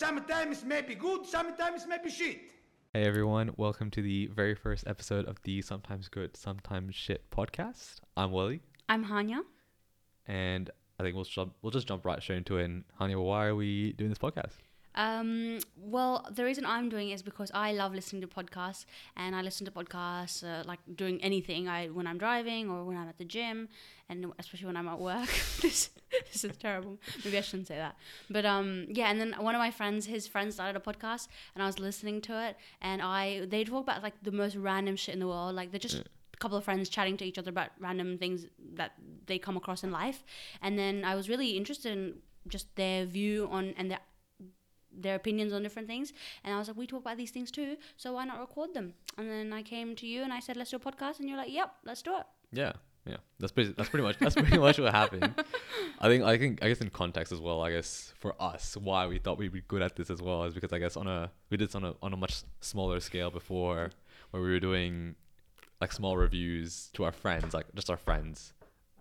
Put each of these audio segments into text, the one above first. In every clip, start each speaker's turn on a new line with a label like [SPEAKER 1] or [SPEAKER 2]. [SPEAKER 1] Sometimes maybe good, sometimes maybe shit.
[SPEAKER 2] Hey everyone, welcome to the very first episode of the Sometimes Good, Sometimes Shit podcast. I'm Wally,
[SPEAKER 3] I'm Hanya.
[SPEAKER 2] and I think we'll jump, we'll just jump right straight into it. And Hania, why are we doing this podcast?
[SPEAKER 3] Um, well, the reason I'm doing it is because I love listening to podcasts, and I listen to podcasts uh, like doing anything. I when I'm driving or when I'm at the gym, and especially when I'm at work. this this is terrible. Maybe I shouldn't say that. But um, yeah. And then one of my friends, his friend started a podcast, and I was listening to it, and I they talk about like the most random shit in the world. Like they're just a couple of friends chatting to each other about random things that they come across in life, and then I was really interested in just their view on and their their opinions on different things. And I was like, we talk about these things too, so why not record them? And then I came to you and I said, let's do a podcast. And you're like, yep, let's do it.
[SPEAKER 2] Yeah, yeah, that's pretty, that's pretty much that's pretty much what happened. I think I think I guess in context as well. I guess for us, why we thought we'd be good at this as well is because I guess on a we did this on a on a much smaller scale before, where we were doing like small reviews to our friends, like just our friends.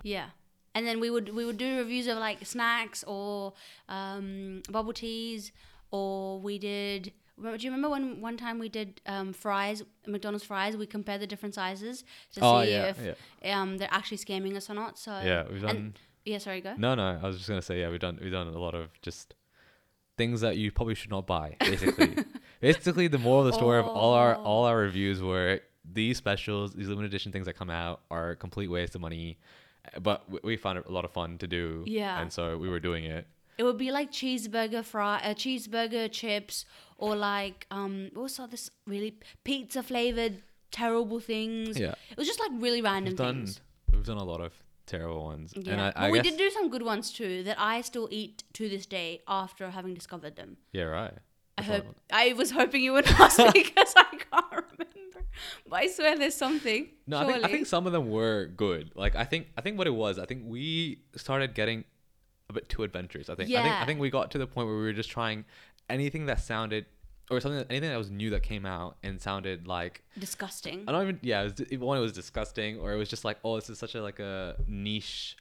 [SPEAKER 3] Yeah. And then we would we would do reviews of like snacks or um, bubble teas, or we did. remember- Do you remember when one time we did um, fries, McDonald's fries? We compared the different sizes to
[SPEAKER 2] Oh,
[SPEAKER 3] see
[SPEAKER 2] yeah,
[SPEAKER 3] if Um, they're actually scamming us or not. So
[SPEAKER 2] Yeah, we've done.
[SPEAKER 3] And, yeah, sorry, go.
[SPEAKER 2] No, no. I was just gonna say, yeah, we've done we've done a lot of just things that you probably should not buy. Basically, basically, the moral of the story of all our
[SPEAKER 3] Oh.
[SPEAKER 2] all our reviews were these specials, these limited edition things that come out are complete waste of money. uh, But w- we found it a lot of fun to do.
[SPEAKER 3] Yeah.
[SPEAKER 2] And so we were doing it.
[SPEAKER 3] It would be like cheeseburger fry, uh, cheeseburger chips, or like um, also this really pizza flavored terrible things.
[SPEAKER 2] Yeah.
[SPEAKER 3] it was just like really random
[SPEAKER 2] We've done
[SPEAKER 3] things.
[SPEAKER 2] we've done a lot of terrible ones.
[SPEAKER 3] Yeah,
[SPEAKER 2] And I,
[SPEAKER 3] but
[SPEAKER 2] I
[SPEAKER 3] we
[SPEAKER 2] guess,
[SPEAKER 3] did do some good ones too that I still eat to this day after having discovered them.
[SPEAKER 2] Yeah. Right.
[SPEAKER 3] I
[SPEAKER 2] Which one-
[SPEAKER 3] hope I was hoping you would ask because I can't remember, but I swear there's something.
[SPEAKER 2] No, I think, I think some of them were good. Like I think I think what it was, I think we started getting a bit too adventurous. I think I think I
[SPEAKER 3] Yeah.
[SPEAKER 2] think we got to the point where we were just trying anything that sounded or something anything that was new that came out and sounded like
[SPEAKER 3] disgusting.
[SPEAKER 2] I don't even yeah, it was, one it was disgusting or it was just like oh this is such a like a niche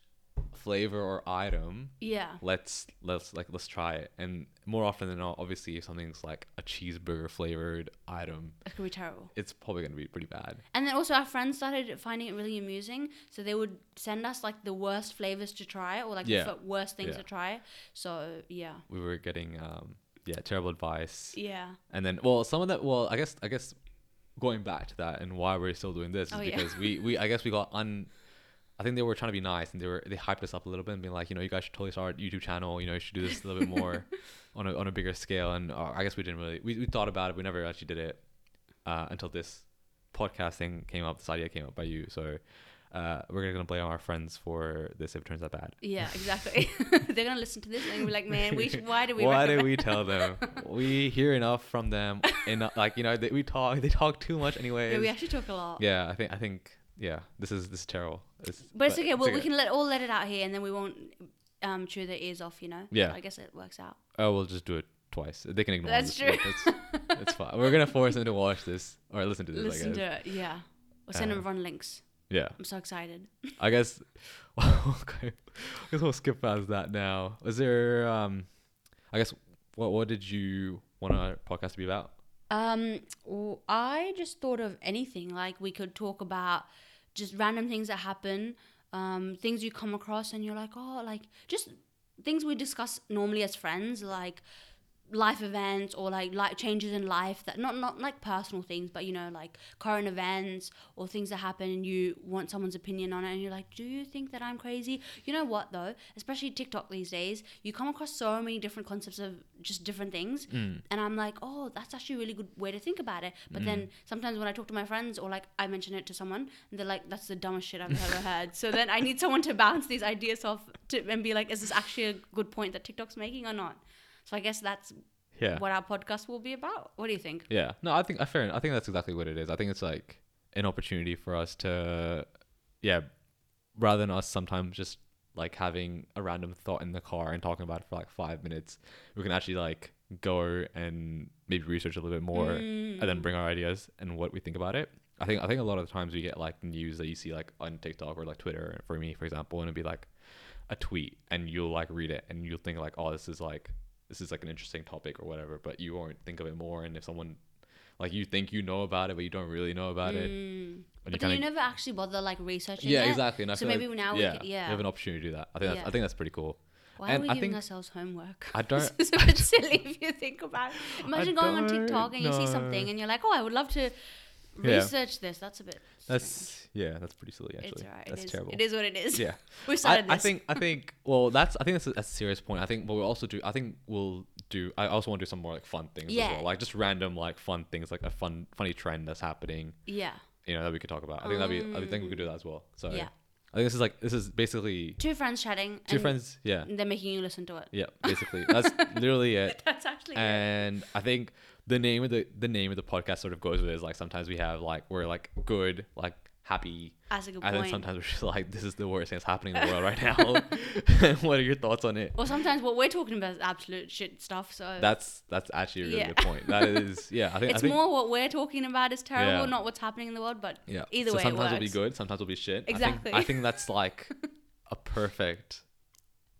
[SPEAKER 2] flavor or item.
[SPEAKER 3] Yeah,
[SPEAKER 2] Let's let's like let's try it. And more often than not, obviously if something's like a cheeseburger flavored item,
[SPEAKER 3] it could be terrible.
[SPEAKER 2] it's probably going to be pretty bad.
[SPEAKER 3] And then also our friends started finding it really amusing, so they would send us like the worst flavors to try or like
[SPEAKER 2] Yeah.
[SPEAKER 3] the f- worst things
[SPEAKER 2] Yeah.
[SPEAKER 3] to try. So yeah,
[SPEAKER 2] We were getting um yeah, terrible advice.
[SPEAKER 3] yeah,
[SPEAKER 2] And then, well, some of that, well, I guess, I guess, going back to that and why we're still doing this is
[SPEAKER 3] Oh, yeah.
[SPEAKER 2] because we, we, I guess, we got un. I think they were trying to be nice and they were they hyped us up a little bit and being like, you know, you guys should totally start a YouTube channel. You know, you should do this a little bit more on a on a bigger scale. And uh, I guess we didn't really we, we thought about it. We never actually did it uh, until this podcast thing came up. This idea came up by you, so. Uh, we're gonna blame our friends for this if it turns out bad.
[SPEAKER 3] yeah, exactly. They're gonna listen to this and be like, man, we sh- why did we?
[SPEAKER 2] Why
[SPEAKER 3] recommend-"
[SPEAKER 2] did we tell them? we hear enough from them, and like you know, they, we talk. They talk too much, anyways.
[SPEAKER 3] Yeah, we actually talk a lot.
[SPEAKER 2] Yeah, I think I think yeah, this is this is terrible. It's,
[SPEAKER 3] But it's okay. Well, we can let all let it out here, and then we won't um, chew their ears off. You know.
[SPEAKER 2] Yeah.
[SPEAKER 3] I guess it works out.
[SPEAKER 2] Oh, we'll just do it twice. They can ignore.
[SPEAKER 3] That's
[SPEAKER 2] this. Like, It's, it's fine. We're gonna force them to watch this or listen to this. I
[SPEAKER 3] Listen
[SPEAKER 2] guess.
[SPEAKER 3] to it. Yeah. Or send
[SPEAKER 2] Uh,
[SPEAKER 3] them run links.
[SPEAKER 2] Yeah,
[SPEAKER 3] I'm so excited.
[SPEAKER 2] I guess. okay, I guess we'll skip past that now. Is there um, I guess what what did you want our podcast to be about?
[SPEAKER 3] Um, w- I just thought of anything. Like we could talk about just random things that happen, um, things you come across, and you're like, oh, like just things we discuss normally as friends, like life events or like life changes in life that not not like personal things but you know like current events or things that happen and you want someone's opinion on it and you're like do you think that i'm crazy you know what though especially tiktok these days you come across so many different concepts of just different things and i'm like oh that's actually a really good way to think about it but then sometimes when i talk to my friends or like i mention it to someone they're like that's the dumbest shit i've ever heard so then i need someone to bounce these ideas off to, and be like is this actually a good point that tiktok's making or not so I guess that's
[SPEAKER 2] Yeah.
[SPEAKER 3] what our podcast will be about. What do you think?
[SPEAKER 2] Yeah. No, I think I fair. enough. I think that's exactly what it is. I think it's like an opportunity for us to, yeah, rather than us sometimes just like having a random thought in the car and talking about it for like five minutes, we can actually like go and maybe research a little bit more and
[SPEAKER 3] Mm.
[SPEAKER 2] then bring our ideas and what we think about it. I think I think a lot of the times we get like news that you see like on TikTok or like Twitter for me, for example, and it'd be like a tweet and you'll like read it and you'll think like, oh, this is like this is like an interesting topic or whatever, but you won't think of it more. And if someone like you think you know about it, but you don't really know about it, and
[SPEAKER 3] Mm. But then you never actually bother like researching.
[SPEAKER 2] yeah,
[SPEAKER 3] it.
[SPEAKER 2] exactly. And I
[SPEAKER 3] so
[SPEAKER 2] feel
[SPEAKER 3] maybe
[SPEAKER 2] like,
[SPEAKER 3] now
[SPEAKER 2] yeah,
[SPEAKER 3] we can,
[SPEAKER 2] you
[SPEAKER 3] yeah.
[SPEAKER 2] have an opportunity to do that. I think that's,
[SPEAKER 3] Yeah.
[SPEAKER 2] I think that's pretty cool.
[SPEAKER 3] Why
[SPEAKER 2] and
[SPEAKER 3] are we
[SPEAKER 2] I
[SPEAKER 3] giving
[SPEAKER 2] think-
[SPEAKER 3] ourselves homework?
[SPEAKER 2] I don't-
[SPEAKER 3] this is a bit silly if you think about it. Imagine going on
[SPEAKER 2] don't
[SPEAKER 3] TikTok and you see something
[SPEAKER 2] know.
[SPEAKER 3] and you're like, oh, I would love to research this. That's a bit. strange.
[SPEAKER 2] That's yeah, that's pretty silly actually.
[SPEAKER 3] it's alright.
[SPEAKER 2] That's
[SPEAKER 3] it is,
[SPEAKER 2] terrible.
[SPEAKER 3] It is what it is.
[SPEAKER 2] Yeah.
[SPEAKER 3] we
[SPEAKER 2] I,
[SPEAKER 3] started
[SPEAKER 2] I
[SPEAKER 3] this.
[SPEAKER 2] think I think well that's I think that's a, that's a serious point. I think what we'll also do I think we'll do I also want to do some more like fun things as
[SPEAKER 3] Yeah.
[SPEAKER 2] well. Like just random like fun things like a fun funny trend that's happening,
[SPEAKER 3] Yeah.
[SPEAKER 2] you know, that we could talk about. I think that'd be I think we could do that as well. So
[SPEAKER 3] Yeah.
[SPEAKER 2] I think this is like this is basically
[SPEAKER 3] Two friends chatting.
[SPEAKER 2] two
[SPEAKER 3] and
[SPEAKER 2] friends yeah.
[SPEAKER 3] They're making you listen to it.
[SPEAKER 2] Yeah, basically. That's literally it.
[SPEAKER 3] That's actually. it.
[SPEAKER 2] and I think the name of the the name of the podcast sort of goes with it. Is like sometimes we have like we're like good, like happy,
[SPEAKER 3] That's a good
[SPEAKER 2] and then
[SPEAKER 3] point.
[SPEAKER 2] sometimes we're just like this is the worst thing that's happening in the world right now. what are your thoughts on it?
[SPEAKER 3] Or sometimes what we're talking about is absolute shit stuff. So
[SPEAKER 2] That's that's actually a really
[SPEAKER 3] Yeah.
[SPEAKER 2] good point. That is yeah. I think I
[SPEAKER 3] it's
[SPEAKER 2] think,
[SPEAKER 3] more what we're talking about is terrible,
[SPEAKER 2] Yeah.
[SPEAKER 3] not what's happening in the world. But
[SPEAKER 2] yeah.
[SPEAKER 3] either
[SPEAKER 2] so
[SPEAKER 3] way,
[SPEAKER 2] sometimes
[SPEAKER 3] it
[SPEAKER 2] will be
[SPEAKER 3] works.
[SPEAKER 2] good, sometimes will be shit.
[SPEAKER 3] Exactly.
[SPEAKER 2] I think, I think that's like a perfect,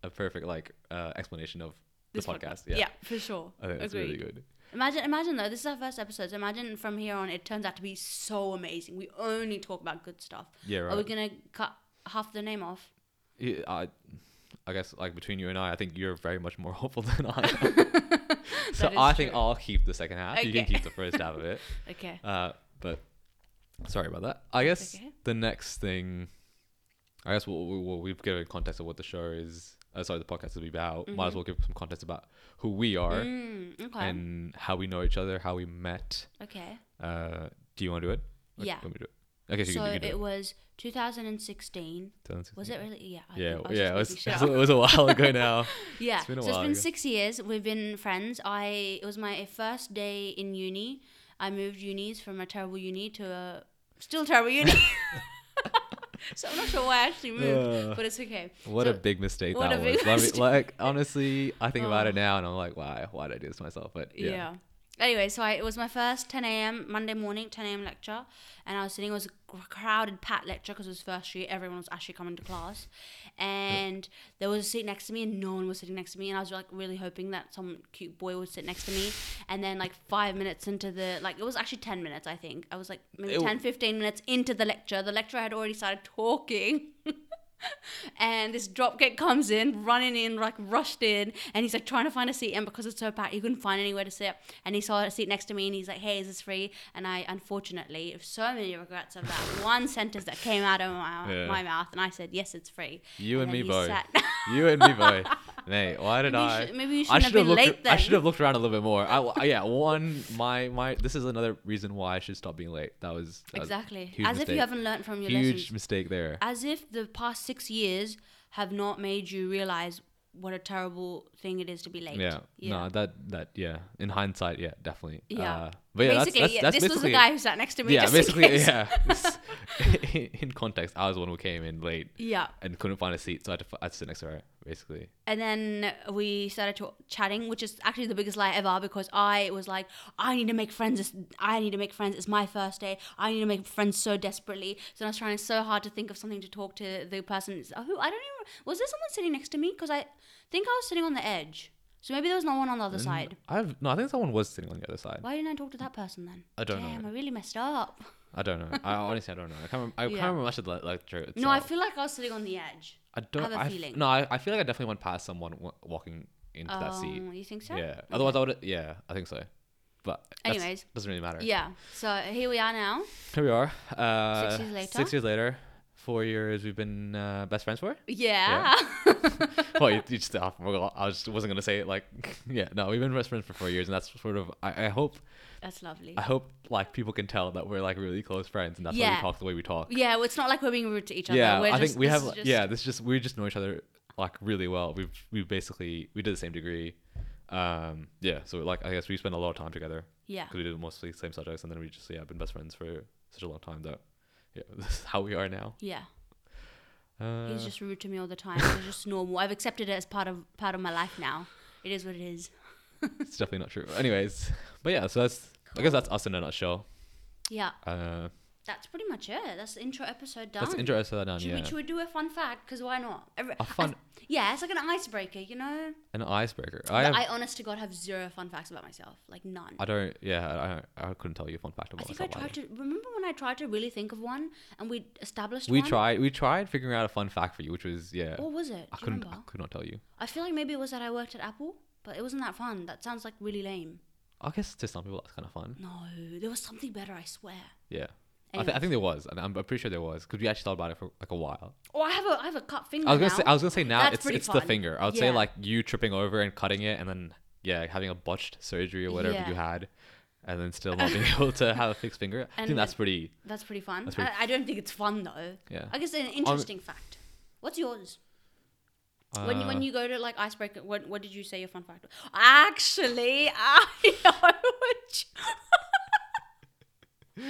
[SPEAKER 2] a perfect like uh, explanation of
[SPEAKER 3] This
[SPEAKER 2] the
[SPEAKER 3] podcast.
[SPEAKER 2] podcast.
[SPEAKER 3] Yeah.
[SPEAKER 2] Yeah.
[SPEAKER 3] for sure.
[SPEAKER 2] I think that's
[SPEAKER 3] Agreed.
[SPEAKER 2] really good.
[SPEAKER 3] Imagine, imagine though, this is our first episode. So imagine from here on, it turns out to be so amazing. We only talk about good stuff.
[SPEAKER 2] Yeah. Right.
[SPEAKER 3] Are we gonna cut half the name off?
[SPEAKER 2] Yeah, I, I guess like between you and I, I think you're very much more hopeful than I am. so
[SPEAKER 3] That is
[SPEAKER 2] I think
[SPEAKER 3] true.
[SPEAKER 2] I'll keep the second half. You can
[SPEAKER 3] Okay.
[SPEAKER 2] keep the first half of it.
[SPEAKER 3] Okay.
[SPEAKER 2] Uh, but sorry about that. I guess
[SPEAKER 3] okay.
[SPEAKER 2] the next thing, I guess we'll, we'll, we'll- we've given context of what the show is. Uh, sorry, the podcast will be about. Might as well give some context about who we are
[SPEAKER 3] Mm-hmm. Mm, okay.
[SPEAKER 2] and how we know each other, how we met.
[SPEAKER 3] okay.
[SPEAKER 2] Uh, do you want to do it? Or do
[SPEAKER 3] Yeah.
[SPEAKER 2] you want me to do it? Okay, so,
[SPEAKER 3] So
[SPEAKER 2] you, can,
[SPEAKER 3] it,
[SPEAKER 2] you can do it.
[SPEAKER 3] was 2016. Was it really? Yeah. I
[SPEAKER 2] Yeah,
[SPEAKER 3] think I
[SPEAKER 2] yeah. It
[SPEAKER 3] was
[SPEAKER 2] was,
[SPEAKER 3] just
[SPEAKER 2] it
[SPEAKER 3] making sure.
[SPEAKER 2] was a while ago now.
[SPEAKER 3] yeah.
[SPEAKER 2] it's been a
[SPEAKER 3] so it's
[SPEAKER 2] while
[SPEAKER 3] been
[SPEAKER 2] ago.
[SPEAKER 3] six years. We've been friends. I it was my first day in uni. I moved unis from a terrible uni to a still terrible uni. so I'm not sure why I actually moved,
[SPEAKER 2] Ugh.
[SPEAKER 3] but it's okay.
[SPEAKER 2] Uh, What
[SPEAKER 3] So-
[SPEAKER 2] a big mistake
[SPEAKER 3] what
[SPEAKER 2] that
[SPEAKER 3] a big
[SPEAKER 2] was. Let me-
[SPEAKER 3] mistake.
[SPEAKER 2] like honestly, I think about it now and I'm like, why? Why did I do this to myself? But
[SPEAKER 3] Yeah.
[SPEAKER 2] yeah,
[SPEAKER 3] Anyway, so I, it was my first 10 a.m. Monday morning 10 a.m. lecture, and I was sitting. It was a cr- crowded, packed lecture because it was first year. Everyone was actually coming to class, and there was a seat next to me, and no one was sitting next to me. And I was like really hoping that some cute boy would sit next to me. And then like five minutes into the like, it was actually 10 minutes, I think. I was like maybe
[SPEAKER 2] Ew.
[SPEAKER 3] 10, 15 minutes into the lecture. The lecturer had already started talking. and this dropkick comes in, running in, like rushed in, and he's like trying to find a seat, and because it's so packed, he couldn't find anywhere to sit. And he saw a seat next to me, and he's like, "Hey, is this free?" And I, unfortunately, have so many regrets of that one sentence that came out of my,
[SPEAKER 2] Yeah.
[SPEAKER 3] my mouth, and I said, "Yes, it's free."
[SPEAKER 2] you and,
[SPEAKER 3] then
[SPEAKER 2] me
[SPEAKER 3] he
[SPEAKER 2] both.
[SPEAKER 3] sat-
[SPEAKER 2] you and me both. Mate, why did
[SPEAKER 3] Maybe you
[SPEAKER 2] I?
[SPEAKER 3] should- maybe you
[SPEAKER 2] I
[SPEAKER 3] shouldn't have
[SPEAKER 2] should've
[SPEAKER 3] been
[SPEAKER 2] looked.
[SPEAKER 3] late
[SPEAKER 2] I
[SPEAKER 3] then.
[SPEAKER 2] should have looked around a little bit more. I, I- yeah, one. My my. This is another reason why I should stop being late. That was that was
[SPEAKER 3] exactly.
[SPEAKER 2] huge
[SPEAKER 3] As if
[SPEAKER 2] mistake.
[SPEAKER 3] you haven't learned from your
[SPEAKER 2] huge
[SPEAKER 3] lessons.
[SPEAKER 2] mistake there.
[SPEAKER 3] As if the past six years have not made you realize what a terrible thing it is to be late.
[SPEAKER 2] yeah. No, that that yeah. In hindsight, yeah, definitely.
[SPEAKER 3] Yeah.
[SPEAKER 2] Uh, but yeah,
[SPEAKER 3] basically,
[SPEAKER 2] that's, that's,
[SPEAKER 3] yeah,
[SPEAKER 2] that's
[SPEAKER 3] this was
[SPEAKER 2] basically
[SPEAKER 3] the
[SPEAKER 2] it.
[SPEAKER 3] guy who sat next to me.
[SPEAKER 2] Yeah,
[SPEAKER 3] just in
[SPEAKER 2] basically,
[SPEAKER 3] case.
[SPEAKER 2] yeah. in, in context, I was the one who came in late.
[SPEAKER 3] Yeah.
[SPEAKER 2] and couldn't find a seat, so I had to, f- I had to sit next to her, basically.
[SPEAKER 3] And then we started to chatting, which is actually the biggest lie ever because I was like, I need to make friends. It's, I need to make friends. It's my first day. I need to make friends so desperately. So I was trying so hard to think of something to talk to the person who I don't even. Was there someone sitting next to me? Because I think I was sitting on the edge. So maybe there was no one on the other Mm. side.
[SPEAKER 2] I've no, I think someone was sitting on the other side.
[SPEAKER 3] Why didn't I talk to that person then?
[SPEAKER 2] I don't
[SPEAKER 3] Damn,
[SPEAKER 2] know.
[SPEAKER 3] I really messed up.
[SPEAKER 2] I don't know. I honestly, I don't know. I can't. Remember, I
[SPEAKER 3] Yeah.
[SPEAKER 2] can't remember much of the le- lecture itself.
[SPEAKER 3] No, I feel like I was sitting on the edge.
[SPEAKER 2] I don't.
[SPEAKER 3] have a
[SPEAKER 2] I f-
[SPEAKER 3] feeling.
[SPEAKER 2] No, I, I feel like I definitely went past someone w- walking into that seat.
[SPEAKER 3] Um, you think so?
[SPEAKER 2] Yeah. Otherwise, I would. Yeah, I think so. But that's-
[SPEAKER 3] Anyways.
[SPEAKER 2] doesn't really matter.
[SPEAKER 3] Yeah. So here we are now.
[SPEAKER 2] Here we are. Uh,
[SPEAKER 3] years later?
[SPEAKER 2] Six years later. Four years we've been uh, best friends for.
[SPEAKER 3] Yeah.
[SPEAKER 2] well, you, you just I forgot. I just wasn't gonna say it. Like, yeah, no, we've been best friends for four years, and that's sort of. I, I hope
[SPEAKER 3] That's lovely.
[SPEAKER 2] I hope like people can tell that we're like really close friends, and that's why
[SPEAKER 3] Yeah.
[SPEAKER 2] we talk the way we talk.
[SPEAKER 3] Yeah, well, it's not like we're being rude to each other.
[SPEAKER 2] Yeah,
[SPEAKER 3] we're
[SPEAKER 2] I
[SPEAKER 3] just,
[SPEAKER 2] think we
[SPEAKER 3] this
[SPEAKER 2] have.
[SPEAKER 3] is
[SPEAKER 2] like-
[SPEAKER 3] just-
[SPEAKER 2] yeah, this is just we just know each other like really well. We've we basically we did the same degree. Um, yeah, so like I guess we spent a lot of time together
[SPEAKER 3] yeah,
[SPEAKER 2] because we did mostly the same subjects, and then we just yeah been best friends for such a long time that yeah this is how we are now.
[SPEAKER 3] yeah.
[SPEAKER 2] Uh,
[SPEAKER 3] He's just rude to me all the time. It's just normal. I've accepted it as part of part of my life now. It is what it is.
[SPEAKER 2] it's definitely not true. Anyways, but yeah, so that's I guess that's us in a nutshell.
[SPEAKER 3] Yeah,
[SPEAKER 2] Uh,
[SPEAKER 3] that's pretty much it. That's the intro episode done.
[SPEAKER 2] That's the intro episode done,
[SPEAKER 3] Should,
[SPEAKER 2] yeah.
[SPEAKER 3] we, should we do a fun fact? Because why not? Every-
[SPEAKER 2] A fun-
[SPEAKER 3] I- yeah, it's like an icebreaker, you know?
[SPEAKER 2] An icebreaker.
[SPEAKER 3] I,
[SPEAKER 2] I have,
[SPEAKER 3] I
[SPEAKER 2] I,
[SPEAKER 3] honest to God have zero fun facts about myself. Like none.
[SPEAKER 2] don't. Yeah, I, don't- I couldn't tell you a fun fact
[SPEAKER 3] I
[SPEAKER 2] about
[SPEAKER 3] think I
[SPEAKER 2] myself.
[SPEAKER 3] tried
[SPEAKER 2] either.
[SPEAKER 3] to remember when I tried to really think of one and we established
[SPEAKER 2] we
[SPEAKER 3] one?
[SPEAKER 2] tried. We tried figuring out a fun fact for you, which was yeah.
[SPEAKER 3] What was it?
[SPEAKER 2] I
[SPEAKER 3] Oh, Do you
[SPEAKER 2] couldn't. I
[SPEAKER 3] remember?
[SPEAKER 2] could not tell you.
[SPEAKER 3] I feel like maybe it was that I worked at Apple, but it wasn't that fun. That sounds like really lame.
[SPEAKER 2] I guess to some people that's kind of fun.
[SPEAKER 3] No, there was something better, I swear.
[SPEAKER 2] Yeah. I, th- I think there was. and I'm I'm pretty sure there was because we actually thought about it for like a while.
[SPEAKER 3] Oh, I have a I have a cut finger.
[SPEAKER 2] I was gonna
[SPEAKER 3] now.
[SPEAKER 2] say. I was gonna say now
[SPEAKER 3] That's
[SPEAKER 2] it's
[SPEAKER 3] pretty
[SPEAKER 2] it's the
[SPEAKER 3] fun.
[SPEAKER 2] finger. I would say
[SPEAKER 3] Yeah.
[SPEAKER 2] like you tripping over and cutting it, and then yeah, having a botched surgery or whatever
[SPEAKER 3] Yeah.
[SPEAKER 2] you had, and then still not being able to have a fixed finger. I think
[SPEAKER 3] And-
[SPEAKER 2] that's pretty.
[SPEAKER 3] That's pretty fun.
[SPEAKER 2] That's pretty-
[SPEAKER 3] I, I don't think it's fun though.
[SPEAKER 2] Yeah. Um,
[SPEAKER 3] I guess an interesting fact. What's yours? when you, when
[SPEAKER 2] uh,
[SPEAKER 3] you go to like icebreaker, what what did you say your fun fact? was? Actually, I know what. you-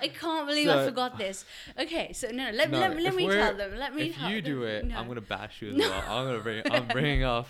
[SPEAKER 3] I can't believe I
[SPEAKER 2] So-
[SPEAKER 3] forgot this. Okay, so no, no let,
[SPEAKER 2] No,
[SPEAKER 3] let, let
[SPEAKER 2] if
[SPEAKER 3] me
[SPEAKER 2] we're-
[SPEAKER 3] tell them. Let me.
[SPEAKER 2] If
[SPEAKER 3] tell
[SPEAKER 2] you
[SPEAKER 3] them.
[SPEAKER 2] do it,
[SPEAKER 3] No.
[SPEAKER 2] I'm gonna bash you as well. I'm gonna bring. I'm bringing up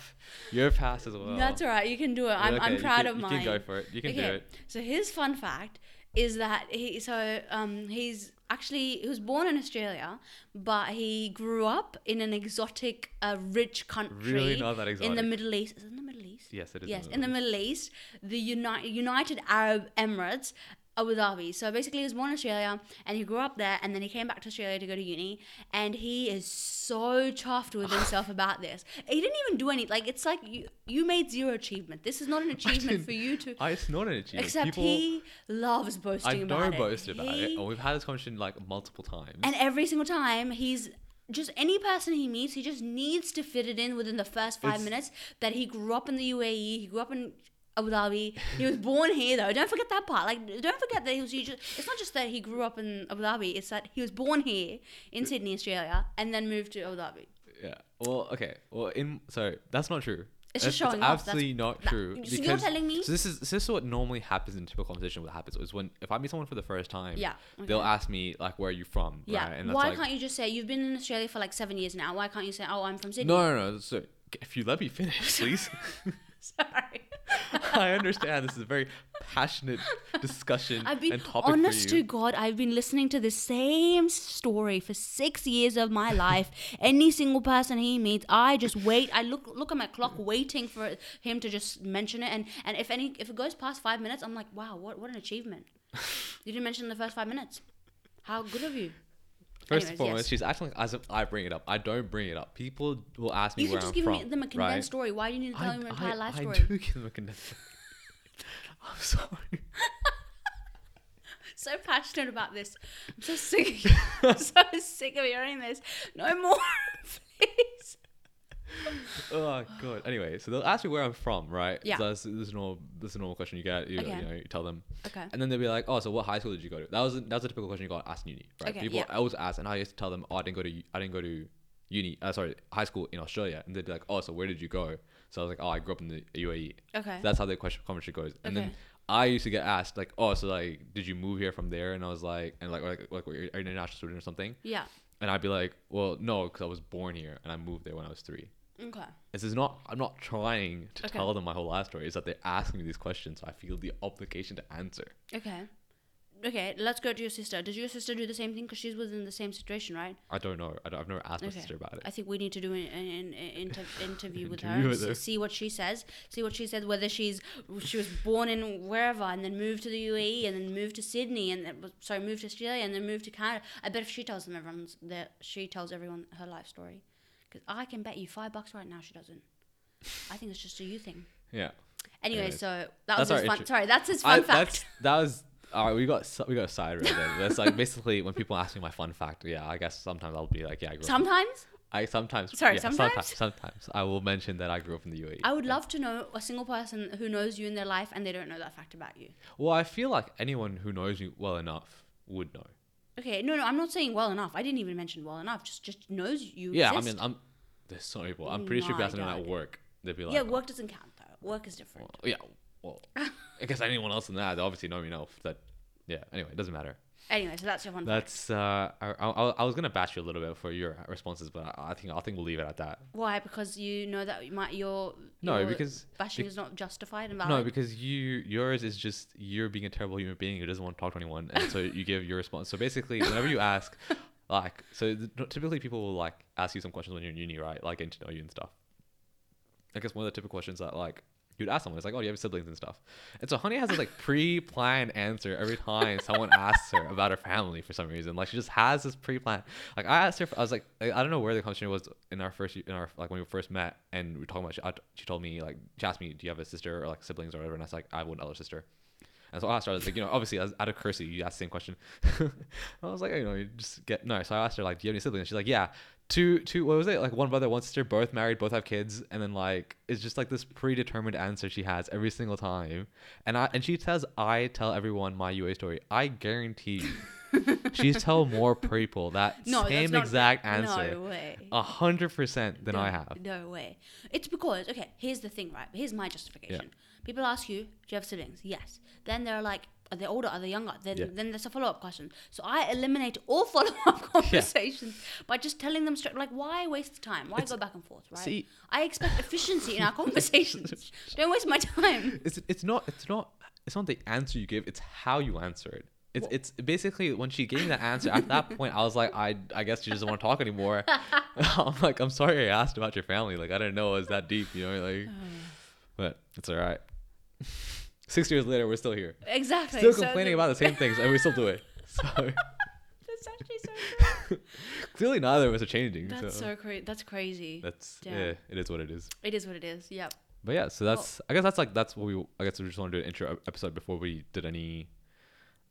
[SPEAKER 2] your past as well.
[SPEAKER 3] That's all right. You can do it. I'm,
[SPEAKER 2] oh. Okay,
[SPEAKER 3] I'm
[SPEAKER 2] you
[SPEAKER 3] proud
[SPEAKER 2] can-
[SPEAKER 3] of
[SPEAKER 2] you
[SPEAKER 3] mine.
[SPEAKER 2] can go for it. You can do it.
[SPEAKER 3] So his fun fact is that he so um he's actually he was born in Australia, but he grew up in an exotic, uh, rich country.
[SPEAKER 2] Really not that
[SPEAKER 3] In the
[SPEAKER 2] exotic.
[SPEAKER 3] Middle East. Is it in the Middle East?
[SPEAKER 2] Yes, it is in
[SPEAKER 3] Yes,
[SPEAKER 2] the
[SPEAKER 3] in the Middle East, the United United Arab Emirates. Abu Dhabi. So basically, he was born in Australia and he grew up there, and then he came back to Australia to go to uni. And he is so chuffed with himself about this. He didn't even do any. Like it's like you you made zero achievement. This is not an
[SPEAKER 2] I
[SPEAKER 3] achievement
[SPEAKER 2] didn't-
[SPEAKER 3] for you to.
[SPEAKER 2] I, it's not an achievement.
[SPEAKER 3] Except
[SPEAKER 2] People,
[SPEAKER 3] he loves boasting
[SPEAKER 2] I
[SPEAKER 3] about
[SPEAKER 2] know
[SPEAKER 3] it.
[SPEAKER 2] boast about
[SPEAKER 3] He-
[SPEAKER 2] it, and we've had this conversation like multiple times.
[SPEAKER 3] And every single time he's just any person he meets, he just needs to fit it in within the first five
[SPEAKER 2] It's-
[SPEAKER 3] minutes that he grew up in the UAE, he grew up in Abu Dhabi. He was born here though. Don't forget that part. Like don't forget that he was he just, it's not just that he grew up in Abu Dhabi, it's that he was born here in Sydney, Australia, and then moved to Abu Dhabi.
[SPEAKER 2] yeah. Well, okay. Well, in so that's not true.
[SPEAKER 3] It's just
[SPEAKER 2] That's-
[SPEAKER 3] showing off. That's-
[SPEAKER 2] absolutely not
[SPEAKER 3] that-
[SPEAKER 2] true.
[SPEAKER 3] so you're
[SPEAKER 2] because-
[SPEAKER 3] telling me-
[SPEAKER 2] So this is so this is what normally happens in typical conversation. What happens is when if I meet someone for the first time,
[SPEAKER 3] Yeah,
[SPEAKER 2] they'll
[SPEAKER 3] okay.
[SPEAKER 2] ask me like, "Where are you from?"
[SPEAKER 3] Yeah.
[SPEAKER 2] Right? And that's
[SPEAKER 3] Why
[SPEAKER 2] like,
[SPEAKER 3] can't you just say you've been in Australia for like seven years now? Why can't you say, Oh, I'm from Sydney?
[SPEAKER 2] No, no, no. So if you let me finish, please.
[SPEAKER 3] Sorry.
[SPEAKER 2] I understand this is a very passionate discussion
[SPEAKER 3] I've been
[SPEAKER 2] and topic
[SPEAKER 3] honest
[SPEAKER 2] for
[SPEAKER 3] to
[SPEAKER 2] you.
[SPEAKER 3] God, I've been listening to the same story for six years of my life. Any single person he meets, I just wait. I look look at my clock, waiting for him to just mention it. And and if any if it goes past five minutes, I'm like, wow, what what an achievement! you didn't mention the first five minutes. How good of you!
[SPEAKER 2] First
[SPEAKER 3] Anyways,
[SPEAKER 2] and foremost,
[SPEAKER 3] yes.
[SPEAKER 2] she's acting like as if I bring it up. I don't bring it up. People will ask me
[SPEAKER 3] You
[SPEAKER 2] where
[SPEAKER 3] could just
[SPEAKER 2] I'm
[SPEAKER 3] give
[SPEAKER 2] from.
[SPEAKER 3] me them a condensed
[SPEAKER 2] right?
[SPEAKER 3] story. Why do you need to tell them your entire life
[SPEAKER 2] I
[SPEAKER 3] story?
[SPEAKER 2] do give them a condensed. I'm sorry.
[SPEAKER 3] So passionate about this. I'm so sick. Of you. I'm so sick of hearing this. No more, please.
[SPEAKER 2] Oh god. Anyway, so they'll ask me where I'm from, right?
[SPEAKER 3] Yeah.
[SPEAKER 2] So that's, this is normal. This is a normal question you get. You,
[SPEAKER 3] Okay.
[SPEAKER 2] you know, you tell them.
[SPEAKER 3] Okay.
[SPEAKER 2] And then they'll be like, "Oh, so what high school did you go to?" That was a, that was a typical question you got asked in uni, right?
[SPEAKER 3] Okay,
[SPEAKER 2] People
[SPEAKER 3] yeah.
[SPEAKER 2] I always ask, and I used to tell them, "Oh, I didn't go to u- I didn't go to uni. Uh, sorry, high school in Australia." And they'd be like, "Oh, so where did you go?" So I was like, "Oh, I grew up in the UAE."
[SPEAKER 3] Okay.
[SPEAKER 2] So that's how the question commentary goes. And
[SPEAKER 3] Okay.
[SPEAKER 2] then I used to get asked like, "Oh, so like, did you move here from there?" And I was like, "And like, like, like, are you an international student or something?"
[SPEAKER 3] yeah.
[SPEAKER 2] And I'd be like, "Well, no, because I was born here and I moved there when I was three.
[SPEAKER 3] Okay.
[SPEAKER 2] This is not. I'm not trying to
[SPEAKER 3] Okay.
[SPEAKER 2] tell them my whole life story. It's that they're asking me these questions, so I feel the obligation to answer.
[SPEAKER 3] Okay. Okay, let's go to your sister. Does your sister do the same thing? Because she's within the same situation, right?
[SPEAKER 2] I don't know. I don't, I've never asked my
[SPEAKER 3] Okay.
[SPEAKER 2] sister about it.
[SPEAKER 3] I think we need to do an, an, an inter- interview with her,
[SPEAKER 2] Interview
[SPEAKER 3] and
[SPEAKER 2] with
[SPEAKER 3] s-
[SPEAKER 2] her.
[SPEAKER 3] see what she says. See what she said. Whether she's she was born in wherever and then moved to the UAE and then moved to Sydney and then- sorry moved to Australia and then moved to Canada. I bet if she tells them everyone's that she tells everyone her life story, because I can bet you five bucks right now she doesn't. I think it's just a you thing.
[SPEAKER 2] yeah.
[SPEAKER 3] Anyway,
[SPEAKER 2] Anyways,
[SPEAKER 3] so that
[SPEAKER 2] that's
[SPEAKER 3] was his
[SPEAKER 2] our
[SPEAKER 3] fun.
[SPEAKER 2] intro-
[SPEAKER 3] sorry, that's his
[SPEAKER 2] I,
[SPEAKER 3] fun fact.
[SPEAKER 2] That's, that was. All right, we got s- we got a side road. Then. That's like basically when people ask me my fun fact. Yeah, I guess sometimes I'll be like, yeah, I grew up
[SPEAKER 3] Sometimes
[SPEAKER 2] I sometimes
[SPEAKER 3] Sorry,
[SPEAKER 2] yeah,
[SPEAKER 3] sometimes?
[SPEAKER 2] sometimes sometimes I will mention that I grew up in the E. UAE.
[SPEAKER 3] I would love to know a single person who knows you in their life and they don't know that fact about you.
[SPEAKER 2] well, I feel like anyone who knows me well enough would know.
[SPEAKER 3] Okay, no, no, I'm not saying well enough. I didn't even mention well enough. Just, just knows you.
[SPEAKER 2] Yeah, I
[SPEAKER 3] exist.
[SPEAKER 2] mean, I'm there's so many people. I'm pretty sure if you
[SPEAKER 3] My
[SPEAKER 2] ask anyone at
[SPEAKER 3] God.
[SPEAKER 2] work, they'd be like,
[SPEAKER 3] yeah, work doesn't count though. Work is different.
[SPEAKER 2] "Oh, yeah, well, I guess anyone else than that, they obviously know me enough that yeah. Anyway, it doesn't matter.
[SPEAKER 3] Anyway, so that's your fun fact.
[SPEAKER 2] That's uh, I, I, I was gonna bash you a little bit for your responses, but I, I think I think we'll leave it at that.
[SPEAKER 3] Why? Because you know that you might your
[SPEAKER 2] No,
[SPEAKER 3] your
[SPEAKER 2] because-
[SPEAKER 3] bashing
[SPEAKER 2] bec-
[SPEAKER 3] is not justified and
[SPEAKER 2] No,
[SPEAKER 3] valid.
[SPEAKER 2] because you yours is just you're being a terrible human being who doesn't want to talk to anyone, and so you give your response. So basically, whenever you ask, like, so th- typically people will like ask you some questions when you're in uni, right? Like getting to know you and stuff. I guess one of the typical questions that like you'd ask someone is like, "Oh, do you have siblings and stuff?" And so Honey has this like pre-planned answer every time someone asks her about her family for some reason. Like she just has this pre-planned. Like I asked her, I was like, I I don't know where the conversation was in our first in our like when we first met, and we were talking about. She, I, she told me like she asked me, "Do you have a sister or like siblings or whatever?" And I was like, "I have one elder sister." And so I asked her, I was like, you know, obviously as- out of courtesy, you asked the same question. I was like, "Oh, you know, you just get no. So I asked her, like, do you have any siblings? She's like, yeah, two, two. What was it? Like one brother, one sister, both married, both have kids, and then like it's just like this predetermined answer she has every single time. And I and she says, I tell everyone my UA story. I guarantee you, she's told more people that
[SPEAKER 3] No, that's
[SPEAKER 2] same
[SPEAKER 3] not-
[SPEAKER 2] exact answer,
[SPEAKER 3] No way.
[SPEAKER 2] a hundred percent than I
[SPEAKER 3] No-
[SPEAKER 2] have.
[SPEAKER 3] No way. It's because okay, here's the thing, right? Here's my justification. People ask you, "Do you have siblings?" Yes. Then they're like, "Are they older? Are they younger?" Then
[SPEAKER 2] Yeah.
[SPEAKER 3] then there's a follow up question. So I eliminate all follow up conversations by just telling them straight. Like, why waste time? Why go back and forth? Right?
[SPEAKER 2] See-
[SPEAKER 3] I expect efficiency in our conversations. Don't waste my time.
[SPEAKER 2] it's it's not it's not it's not the answer you give it's how you answer it it's it's basically when she gave me that answer at that point i was like i i guess she doesn't want to talk anymore i'm like i'm sorry i asked about your family like i didn't know it was that deep you know like but it's all right six years later we're still here
[SPEAKER 3] Exactly.
[SPEAKER 2] still
[SPEAKER 3] So
[SPEAKER 2] complaining
[SPEAKER 3] the-
[SPEAKER 2] about the same things and we still do it so
[SPEAKER 3] That's actually so. Crazy.
[SPEAKER 2] clearly neither of us are changing
[SPEAKER 3] That's
[SPEAKER 2] so,
[SPEAKER 3] so crazy. That's crazy.
[SPEAKER 2] that's
[SPEAKER 3] Damn.
[SPEAKER 2] yeah it is what it is
[SPEAKER 3] it is what it is. Yep.
[SPEAKER 2] But yeah, so that's I guess that's like that's what we I guess we just want to do an intro e-, episode before we did any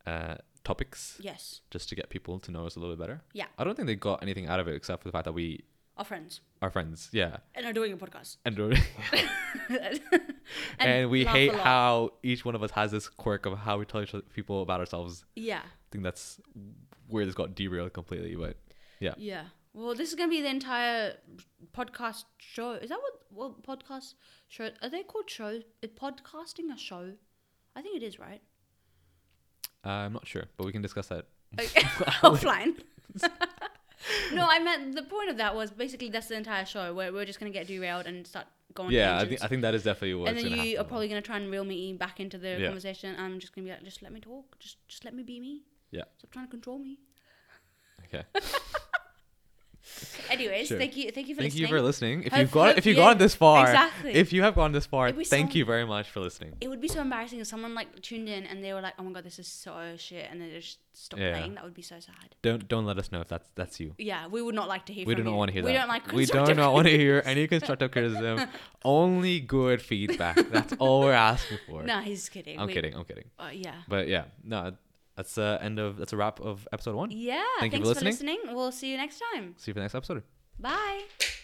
[SPEAKER 2] uh topics
[SPEAKER 3] Yes.
[SPEAKER 2] just to get people to know us a little bit better.
[SPEAKER 3] Yeah.
[SPEAKER 2] I don't think they got anything out of it except for the fact that we
[SPEAKER 3] Our friends
[SPEAKER 2] are friends. Yeah.
[SPEAKER 3] and are doing a podcast.
[SPEAKER 2] And and,
[SPEAKER 3] and,
[SPEAKER 2] we
[SPEAKER 3] laugh a
[SPEAKER 2] hate
[SPEAKER 3] lot.
[SPEAKER 2] how each one of us has this quirk of how we tell each other, people about ourselves.
[SPEAKER 3] Yeah.
[SPEAKER 2] I think that's where this got derailed completely, but yeah.
[SPEAKER 3] Yeah. Well, this is gonna be the entire podcast show. Is that what what podcast show? Are they called shows? Is podcasting a show? I think it is, right?
[SPEAKER 2] Uh, I'm not sure, but we can discuss that.
[SPEAKER 3] Okay. Offline. no, I meant the point of that was basically that's the entire show where we're just gonna get derailed and start going.
[SPEAKER 2] Yeah, I
[SPEAKER 3] tangents.
[SPEAKER 2] think I think that is definitely what's
[SPEAKER 3] and then
[SPEAKER 2] gonna
[SPEAKER 3] you are
[SPEAKER 2] happen.
[SPEAKER 3] probably gonna try and reel me back into the
[SPEAKER 2] Yeah.
[SPEAKER 3] conversation. I'm just gonna be like, just let me talk. Just just let me be me.
[SPEAKER 2] Yeah.
[SPEAKER 3] Stop trying to control me.
[SPEAKER 2] okay.
[SPEAKER 3] Anyways,
[SPEAKER 2] Sure.
[SPEAKER 3] thank you thank you for
[SPEAKER 2] thank
[SPEAKER 3] listening.
[SPEAKER 2] you for listening. If
[SPEAKER 3] Hope-
[SPEAKER 2] you've got
[SPEAKER 3] hope-
[SPEAKER 2] if you've
[SPEAKER 3] yeah,
[SPEAKER 2] gone this far,
[SPEAKER 3] exactly.
[SPEAKER 2] if you have gone this far,
[SPEAKER 3] It'd be
[SPEAKER 2] thank
[SPEAKER 3] so-
[SPEAKER 2] you very much for listening.
[SPEAKER 3] it would be so embarrassing if someone like tuned in and they were like, "Oh my god, this is so shit," and they just stopped
[SPEAKER 2] Yeah.
[SPEAKER 3] playing. That would be so sad.
[SPEAKER 2] Don't don't let us know if that's that's you.
[SPEAKER 3] Yeah, we would not like to hear.
[SPEAKER 2] We do
[SPEAKER 3] from
[SPEAKER 2] not
[SPEAKER 3] you.
[SPEAKER 2] want to hear
[SPEAKER 3] we
[SPEAKER 2] that.
[SPEAKER 3] Don't like
[SPEAKER 2] we do
[SPEAKER 3] constructive
[SPEAKER 2] not want to
[SPEAKER 3] criticism.
[SPEAKER 2] hear any constructive criticism. Only good feedback. That's all we're asking for.
[SPEAKER 3] No, he's kidding.
[SPEAKER 2] I'm
[SPEAKER 3] We-
[SPEAKER 2] kidding. I'm kidding.
[SPEAKER 3] Uh, yeah.
[SPEAKER 2] But yeah, no, that's the end of that's a wrap of episode one.
[SPEAKER 3] Yeah.
[SPEAKER 2] Thank you
[SPEAKER 3] thanks
[SPEAKER 2] for
[SPEAKER 3] for listening. We'll see you next time.
[SPEAKER 2] See you for the next episode.
[SPEAKER 3] Bye. Oh